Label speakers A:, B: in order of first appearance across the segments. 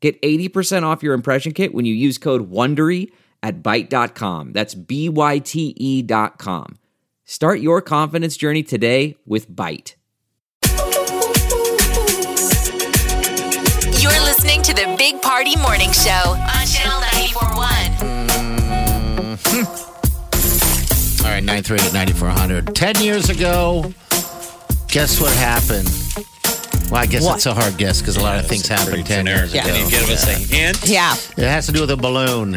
A: Get 80% off your impression kit when you use code WONDERY at Byte.com. That's B-Y-T-E E dot com. Start your confidence journey today with Byte.
B: You're listening to the Big Party Morning Show on Channel 941.
C: All right, 938 9400. 10 years ago, guess what happened? Well, I guess
D: What?
C: it's a hard guess because a lot of things happened 10 years
D: Yeah.
C: ago.
E: Can you give us a hint?
D: Yeah.
C: It has to do with a balloon.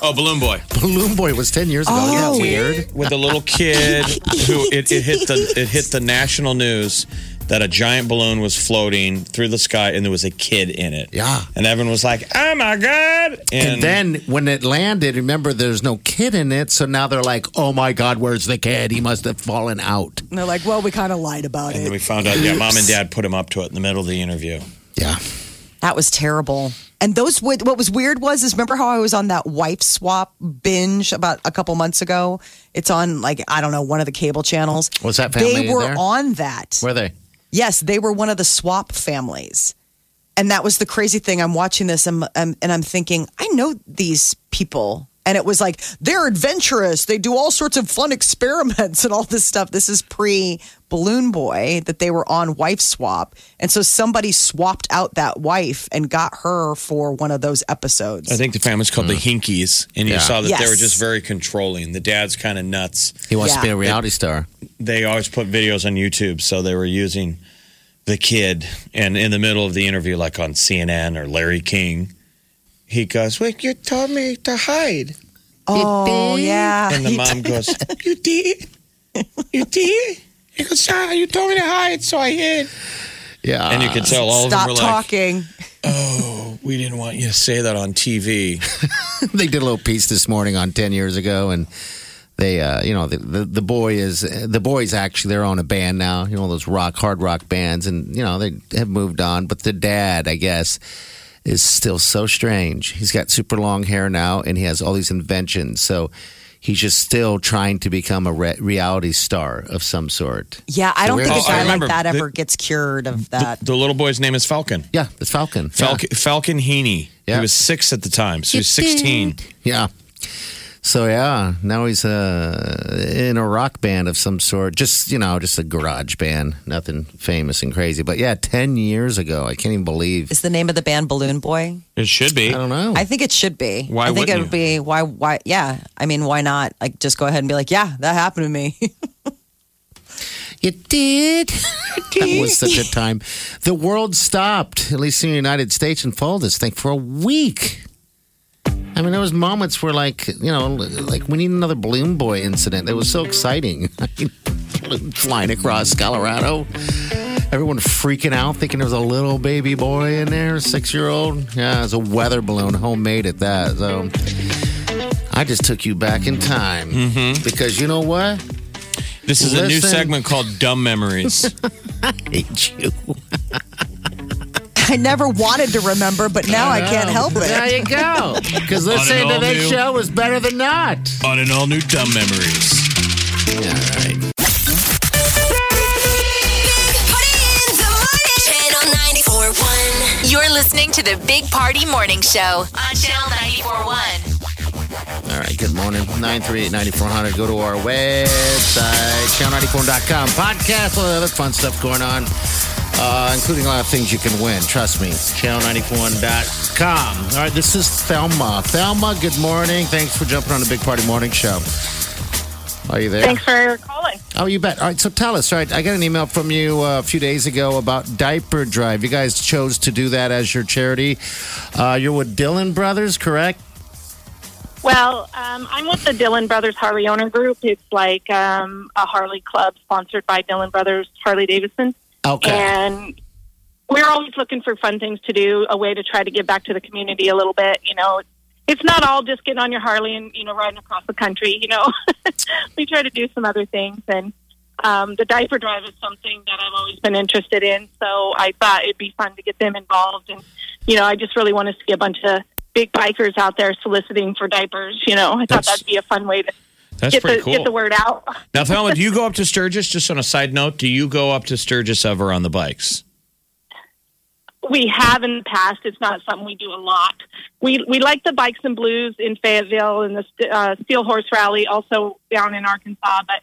E: Oh, Balloon Boy.
C: Balloon Boy was 10 years ago. Isn't
D: Oh.
C: that weird?
E: With a little kid who it, it hit the it hit the national news that a giant balloon was floating through the sky and there was a kid in it.
C: Yeah.
E: And everyone was like, Oh my God.
C: And then when it landed, remember there's no kid in it, so now they're like, "Oh my God, where's the kid? He must have fallen out."
D: And they're like, well, we kind of lied about
E: and then we
D: it.
E: found out yeah, mom and dad put him up to it in the middle of the interview.
C: Yeah,
D: That was terrible. And those would, what was weird was is remember how I was on that wife swap binge about a couple months ago? It's on like I don't know one of the cable channels.
C: Was that
D: They
C: family
D: were
C: there?
D: on that.
C: were they?
D: Yes, they were one of the swap families. And that was the crazy thing. I'm watching this and, and, and I'm thinking, I know these people. And it was like, they're adventurous. They do all sorts of fun experiments and all this stuff. This is pre Balloon Boy that they were on Wife Swap. And so somebody swapped out that wife and got her for one of those episodes.
E: I think the family's called the Hinkies, and you
C: Mm. Yeah.
E: saw that they were
D: Yes.
E: just very controlling. The dad's kind of nuts.
C: He wants to
D: Yeah.
C: be a reality star.
E: They always put videos on YouTube, so they were using the kid. And in the middle of the interview, like on CNN or Larry King, he goes, "Wait, you told me to hide,"
D: oh, yeah.
E: and the mom goes, "You did, you did." He goes, "Sarah, you told me to hide, so I hid."
C: Yeah,
E: And you could tell all
D: Stop
E: of them were
D: talking.
E: like, "We didn't want you to say that on TV."
C: they did a little piece this morning on 10 years ago and they uh, you know the, the the boy is the boys actually they're on a band now you know those rock hard rock bands and you know they have moved on but the dad i guess is still so strange he's got super long hair now and he has all these inventions so he's just still trying to become a re- reality star of some sort
D: Yeah, I don't
C: we're-
D: think
C: Oh, I
D: a guy like
E: remember.
D: that
E: The-
D: ever gets cured of that.
E: the little boy's name is Falcon.
C: yeah it's falcon
E: Falcon, Falcon Heaney.
C: Yeah.
E: He was six at the time, so he was 16.
C: Yeah. So yeah, now he's uh, in a rock band of some sort. Just you know, just a garage band, nothing famous and crazy. But yeah, ten years ago, I can't even believe.
D: Is the name of the band Balloon Boy?
E: It should be.
C: I don't know.
D: I think it should be.
E: Oh. Why
D: I think it
E: wouldn't
D: would be why why yeah. I mean, why not? Like just go ahead and be like, yeah, that happened to me.
C: You did. that was such a time. The world stopped, at least in the United States, and followed this thing for a week. I mean, there was moments where, like, you know, like we need another Balloon Boy incident. That was so exciting. I mean, flying across Colorado, everyone freaking out, thinking there was a little baby boy in there, six year old. Yeah, it was a weather balloon, homemade at that. So I just took you back in time because you know what?
E: This is a new
C: Listen.
E: segment called Dumb Memories.
C: Hate you.
D: I never wanted to remember, but now I can't help
C: There
D: it.
C: you go. Because listening
E: On
C: to
E: an
C: this
E: all-new-
C: show was better than not.
E: On an all new Dumb Memories.
B: Big Party in the morning. Channel 941. You're listening to the Big Party Morning Show on Channel 941.
C: All right, good morning. 938-9400. Go to our website, channel94.com. Podcast, all that other fun stuff going on, uh, including a lot of things you can win. Trust me, channel94.com. All right, this is Thelma. Thelma, good morning. Thanks for jumping on the Big Party Morning Show. Are you there?
F: Thanks for calling.
C: Oh, you bet. All right, so tell us. All right, I got an email from you uh, a few days ago about diaper drive. You guys chose to do that as your charity. Uh, you're with Dylan Brothers, correct?
F: Well, um, I'm with the Dillon Brothers Harley Owner Group. It's like um, a Harley club sponsored by Dillon Brothers Harley Davidson.
C: Okay.
F: And we're always looking for fun things to do, a way to try to give back to the community a little bit. You know, it's not all just getting on your Harley and you know riding across the country. You know, we try to do some other things, and um, the diaper drive is something that I've always been interested in. So I thought it'd be fun to get them involved, and you know, I just really want to see a bunch of big bikers out there soliciting for diapers. You know, I thought
E: That's-
F: that'd be a fun way to
E: That's
F: get
E: pretty
F: the
E: cool.
F: get the word out.
E: Now, Thelma, do you go up to Sturgis? Just on a side note, do you go up to Sturgis ever on the bikes?
F: we have in the past. It's not something we do a lot. We we like the bikes and blues in Fayetteville and the uh, Steel Horse Rally also down in Arkansas, but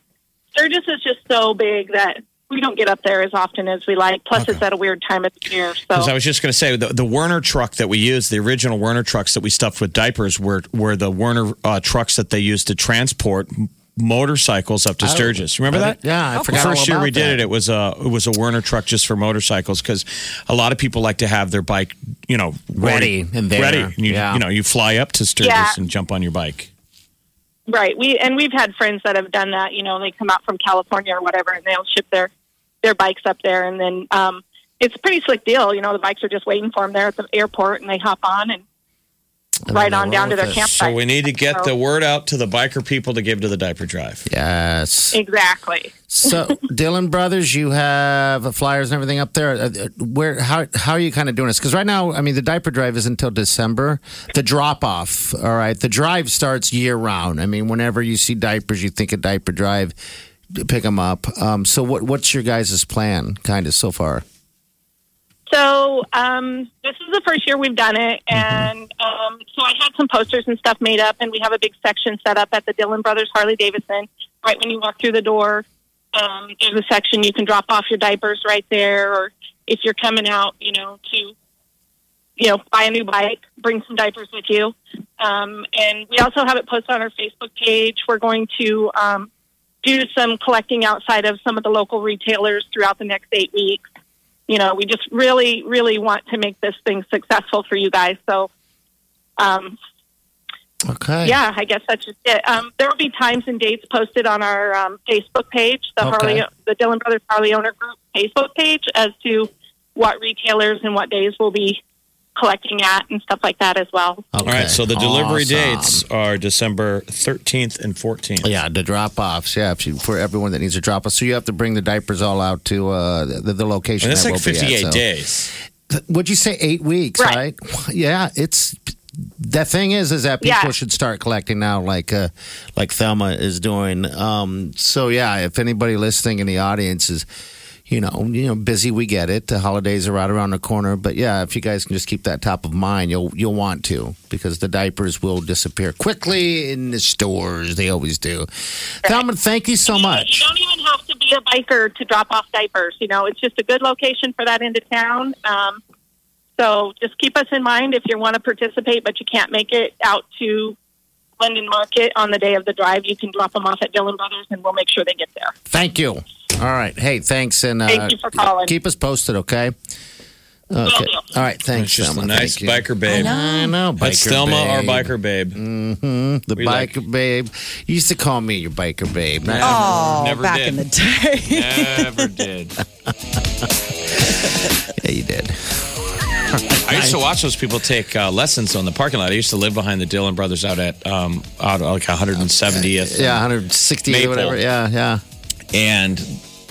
F: Sturgis is just so big that we don't get up there as often as we like. Plus, it's at a weird time of the year.
E: Because I
F: So
E: was just going to say the, the Werner truck that we used, the original Werner trucks that we stuffed with diapers, were were the Werner uh, trucks that they used to transport m- motorcycles up to Sturgis. Remember that?
C: Yeah, Oh. I
E: The
C: forgot.
E: first
C: all
E: year we
C: about
E: did it,
C: that.
E: it was a it was a Werner truck just for motorcycles because a lot of people like to have their bike, you know,
C: Ready and there.
E: ready. And you,
C: Yeah.
E: you know, you fly up to Sturgis
F: Yeah.
E: and jump on your bike.
F: right, we and we've had friends that have done that. You know, they come out from California or whatever, and they'll ship their their bikes up there, and then um, it's a pretty slick deal. You know, the bikes are just waiting for them there at the airport, and they hop on and.
C: And
F: Right
C: then
F: on
C: they roll
F: down to their
C: with it.
F: campsite.
E: So we need to get
F: So-
E: the word out to the biker people to give to the diaper drive.
C: Yes.
F: Exactly.
C: So, Dylan Brothers, you have flyers and everything up there. Uh, uh, Where? How? How are you kind of doing this? Because right now, I mean, the diaper drive is until December. The drop off. All right, the drive starts year round. I mean, whenever you see diapers, you think of diaper drive. Pick them up. Um, so, what? What's your guys' plan? Kind of so far.
F: So um, this is the first year we've done it, and um, so I had some posters and stuff made up, and we have a big section set up at the Dillon Brothers Harley Davidson. Right when you walk through the door, um, there's a section you can drop off your diapers right there, or if you're coming out, you know, to you know buy a new bike, bring some diapers with you. Um, and we also have it posted on our Facebook page. We're going to um, do some collecting outside of some of the local retailers throughout the next eight weeks you know, we just really, really want to make this thing successful for you guys. So, um,
C: Okay.
F: yeah, I guess that's just it. Um, there will be times and dates posted on our um, Facebook page, the
C: Okay.
F: Harley, the Dillon Brothers Harley Owner Group Facebook page, as to what retailers and what days we'll be collecting at and stuff like that as well.
C: Okay.
E: All right, so the delivery
C: Awesome.
E: dates are December 13th and 14th.
C: Yeah, the drop offs. Yeah, if you, for everyone that needs a drop off. So you have to bring the diapers all out to uh, the, the location.
E: And that's
C: that
E: like
C: will be at,
E: 58
C: so.
E: days.
C: Would you say eight weeks? Right.
F: Right.
C: Yeah, it's the thing is is that people
F: Yeah.
C: should start collecting now, like uh, like Thelma is doing. Um, so yeah, if anybody listening in the audience is. You know, you know, busy. We get it. The holidays are right around the corner, but yeah, if you guys can just keep that top of mind, you'll you'll want to because the diapers will disappear quickly in the stores. They always do. Thelma, thank you so much.
F: You don't even have to be a biker to drop off diapers. You know, it's just a good location for that end of town. Um, so just keep us in mind if you want to participate, but you can't make it out to London Market on the day of the drive. You can drop them off at Dillon Brothers, and we'll make sure they get there.
C: Thank you. All right. Hey, thanks, and uh,
F: Thank you for calling.
C: Keep us posted, okay? Okay. All right. Thanks,
E: It's just
C: Thelma.
E: a nice
C: Thank you.
E: biker babe.
C: I know, biker
E: That's Thelma,
C: babe. Mm-hmm,
E: our biker babe.
C: The
E: We like-
C: biker babe. You used to call me your biker babe.
D: Oh,
E: Never
D: back
E: did.
D: in the day.
E: Never did.
C: Yeah, you did.
E: I used to watch those people take uh, lessons on the parking lot. I used to live behind the Dillon brothers out at um, out at like 170th.
C: Yeah, 168 or
E: Maple.
C: whatever. Yeah, yeah.
E: And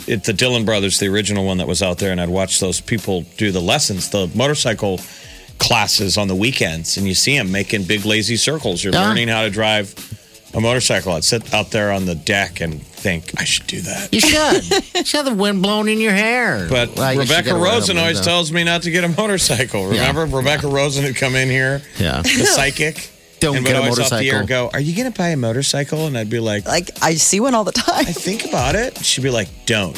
E: it, the Dillon brothers, the original one that was out there, and I'd watch those people do the lessons, the motorcycle classes on the weekends, and you see them making big lazy circles. You're
C: Yeah.
E: learning how to drive a motorcycle. I'd sit out there on the deck and think, I should do that.
C: You should. you should have the wind blown in your hair.
E: But
C: Well, I guess you
E: Rebecca
C: gotta wear
E: Rosen
C: a
E: always
C: window.
E: tells me not to get a motorcycle.
C: Yeah.
E: Remember Rebecca Rosen would come in here,
C: Yeah.
E: the psychic,
C: Don't
E: and
C: get
E: would
C: a
E: always off the air
C: motorcycle.
E: go, "Are you going to buy a motorcycle?" And I'd be like,
D: Like I see one all the time.
E: "I think about it." She'd be like, "Don't,"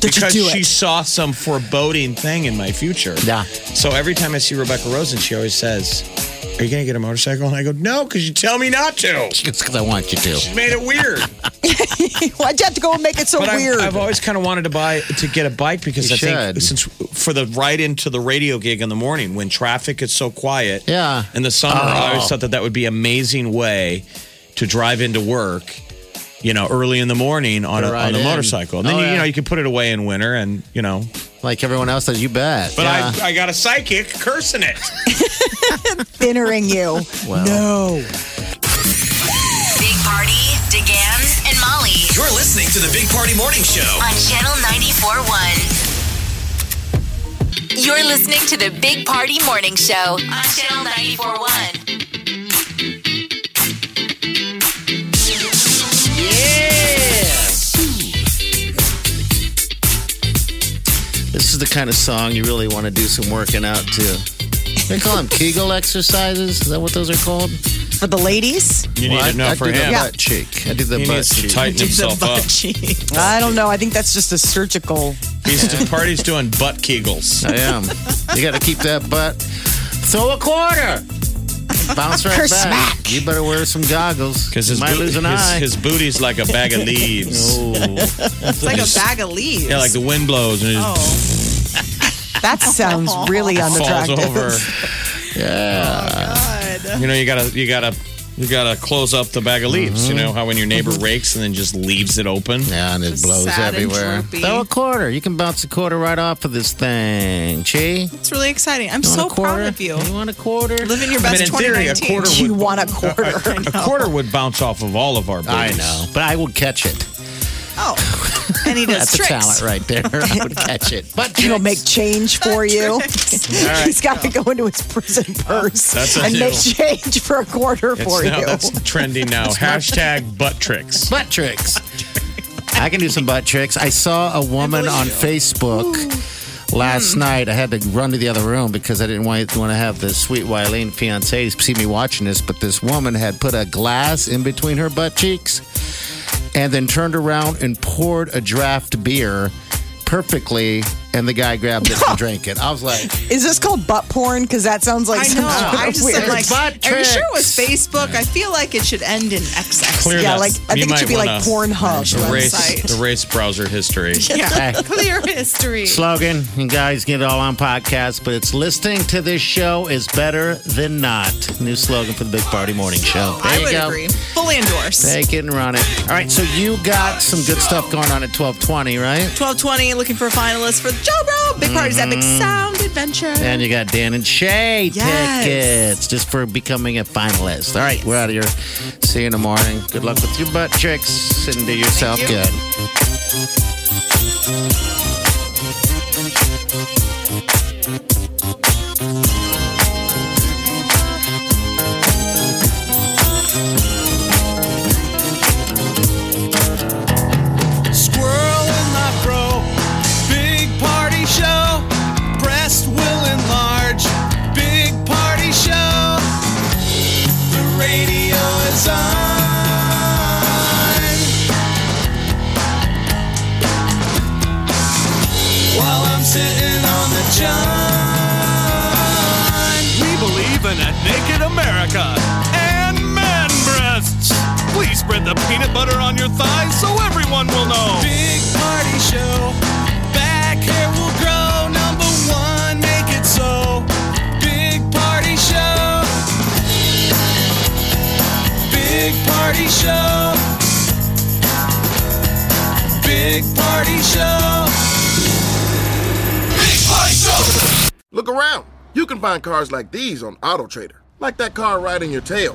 D: Did you
E: because
D: do
E: she
D: it?
E: saw some foreboding thing in my future.
C: Yeah.
E: So every time I see Rebecca Rosen, she always says, "Are you going to get a motorcycle?" And I go, "No," because you tell me not to.
C: It's because I want you to.
E: She made it weird.
D: Why'd you have to go and make it so
E: But
D: weird?
E: I've, I've always kind of wanted to buy to get a bike because
C: You
E: I
C: should.
E: think since for the ride into the radio gig in the morning when traffic is so quiet.
C: Yeah.
E: In the summer, I
C: Oh.
E: always thought that that would be an amazing way to drive into work. You know, early in the morning on
C: To
E: a,
C: ride
E: on a
C: in.
E: motorcycle, and then
C: Oh,
E: you,
C: yeah.
E: you know you can put it away in winter, and you know
C: like everyone else does. You bet.
E: But
C: yeah.
E: I, I got a psychic cursing it.
D: thinnering you. No.
B: Big Party, DeGan, and Molly
G: You're listening to the Big Party Morning Show.
B: on Channel 94.1. You're listening to the Big Party Morning Show on Channel 94.1.
C: This is the kind of song you really want to do some working out to. They call them Kegel exercises. Is that what those are called?
D: For the ladies,
E: You
C: Well,
E: need
C: I,
E: to know
C: I
E: for
C: do
E: him.
C: the butt cheek. I do the
E: He
C: butt
E: needs to
C: cheek.
E: tighten himself up.
D: I don't know. I think that's just a surgical.
E: He's party's doing butt kegels.
C: I am. You got to keep that butt. Throw a quarter. Bounce right
D: Curse
C: back.
D: smack.
C: You better wear some goggles.
E: Because his,
C: might
E: boot-
C: lose an
E: his,
C: eye.
E: his booty's like a bag of leaves.
H: It's like a bag of leaves.
E: Yeah, like the wind blows and it just
H: oh,
D: That sounds really
E: falls
D: unattractive.
E: over.
C: Oh,
H: God.
E: You know, you gotta, you gotta, you gotta close up the bag of leaves. You know how when your neighbor rakes and then just leaves it open.
C: Mm-hmm. yeah, and it
H: Just
C: blows
H: sad and
C: everywhere.
H: droopy.
C: Throw a quarter. You can bounce a quarter right off of this thing. Chi,
H: It's really exciting. I'm
C: you want
H: so
C: a quarter?
H: proud of you.
C: You want a quarter?
H: Living your
E: I
H: best
E: mean, in theory, a
H: 2019.
E: quarter
D: You want a quarter.
E: A quarter would bounce off of all of our booties.
C: I know, but I would catch it.
H: Oh, and he does
C: That's
H: tricks.
C: a talent right there. I would catch it. But
D: He'll
C: tricks.
D: make change for you. He's got to go into his prison purse
E: That's a
D: and make
E: deal.
D: change for a quarter
E: It's
D: for
E: now,
D: you.
E: That's trending now. Hashtag butt tricks.
C: butt tricks. I can do some butt tricks. I saw a woman on Facebook last night. I had to run to the other room because I didn't want, want to have the sweet Wileen fiance see me watching this. But this woman had put a glass in between her butt cheeks and then turned around and poured a draft beer perfectly. And the guy grabbed it and drank it. I was like,
D: Is this called butt porn? Because that sounds like
H: I know.
D: some
H: I just
D: weird.
H: said like,
C: Butt
H: are you sure it was
C: tricks.
H: Facebook? I feel like it should end in XX.
E: Clear
D: yeah,
E: that.
D: like I
E: You
D: think it
E: might
D: should be like
E: wanna
D: Pornhub.
E: Erase,
H: website.
E: erase browser history.
H: Yeah,
C: Hey.
H: clear history.
C: slogan. You guys get it all on podcasts, but it's listening to this show is better than not. New slogan for the Big Party Morning Show. There
H: I
C: you
H: would
C: go.
H: agree. Fully endorse.
C: Take it and run it. All right, so you got some good stuff going on at twelve twenty, right?
H: 1220, looking for finalists for the Joe Bro Big Party's Epic Sound Adventure.
C: Mm-hmm. And you got Dan and Shay
H: Yes.
C: tickets just for becoming a finalist. All right, we're out of here. See you in the morning. Good luck with your butt tricks and do yourself
H: you.
C: good.
G: Squirrel in my bro. Big party show. Breast will enlarge. Big party show. The radio is on. While I'm sitting on the john. We believe in a naked America and man breasts. Please spread the peanut butter on your thighs so everyone will know. Big party show. Back hair will grow. Number one, make it so. Big party show. Big party show. Big party show. Big party show.
I: Look around. You can find cars like these on AutoTrader, like that car riding your tail.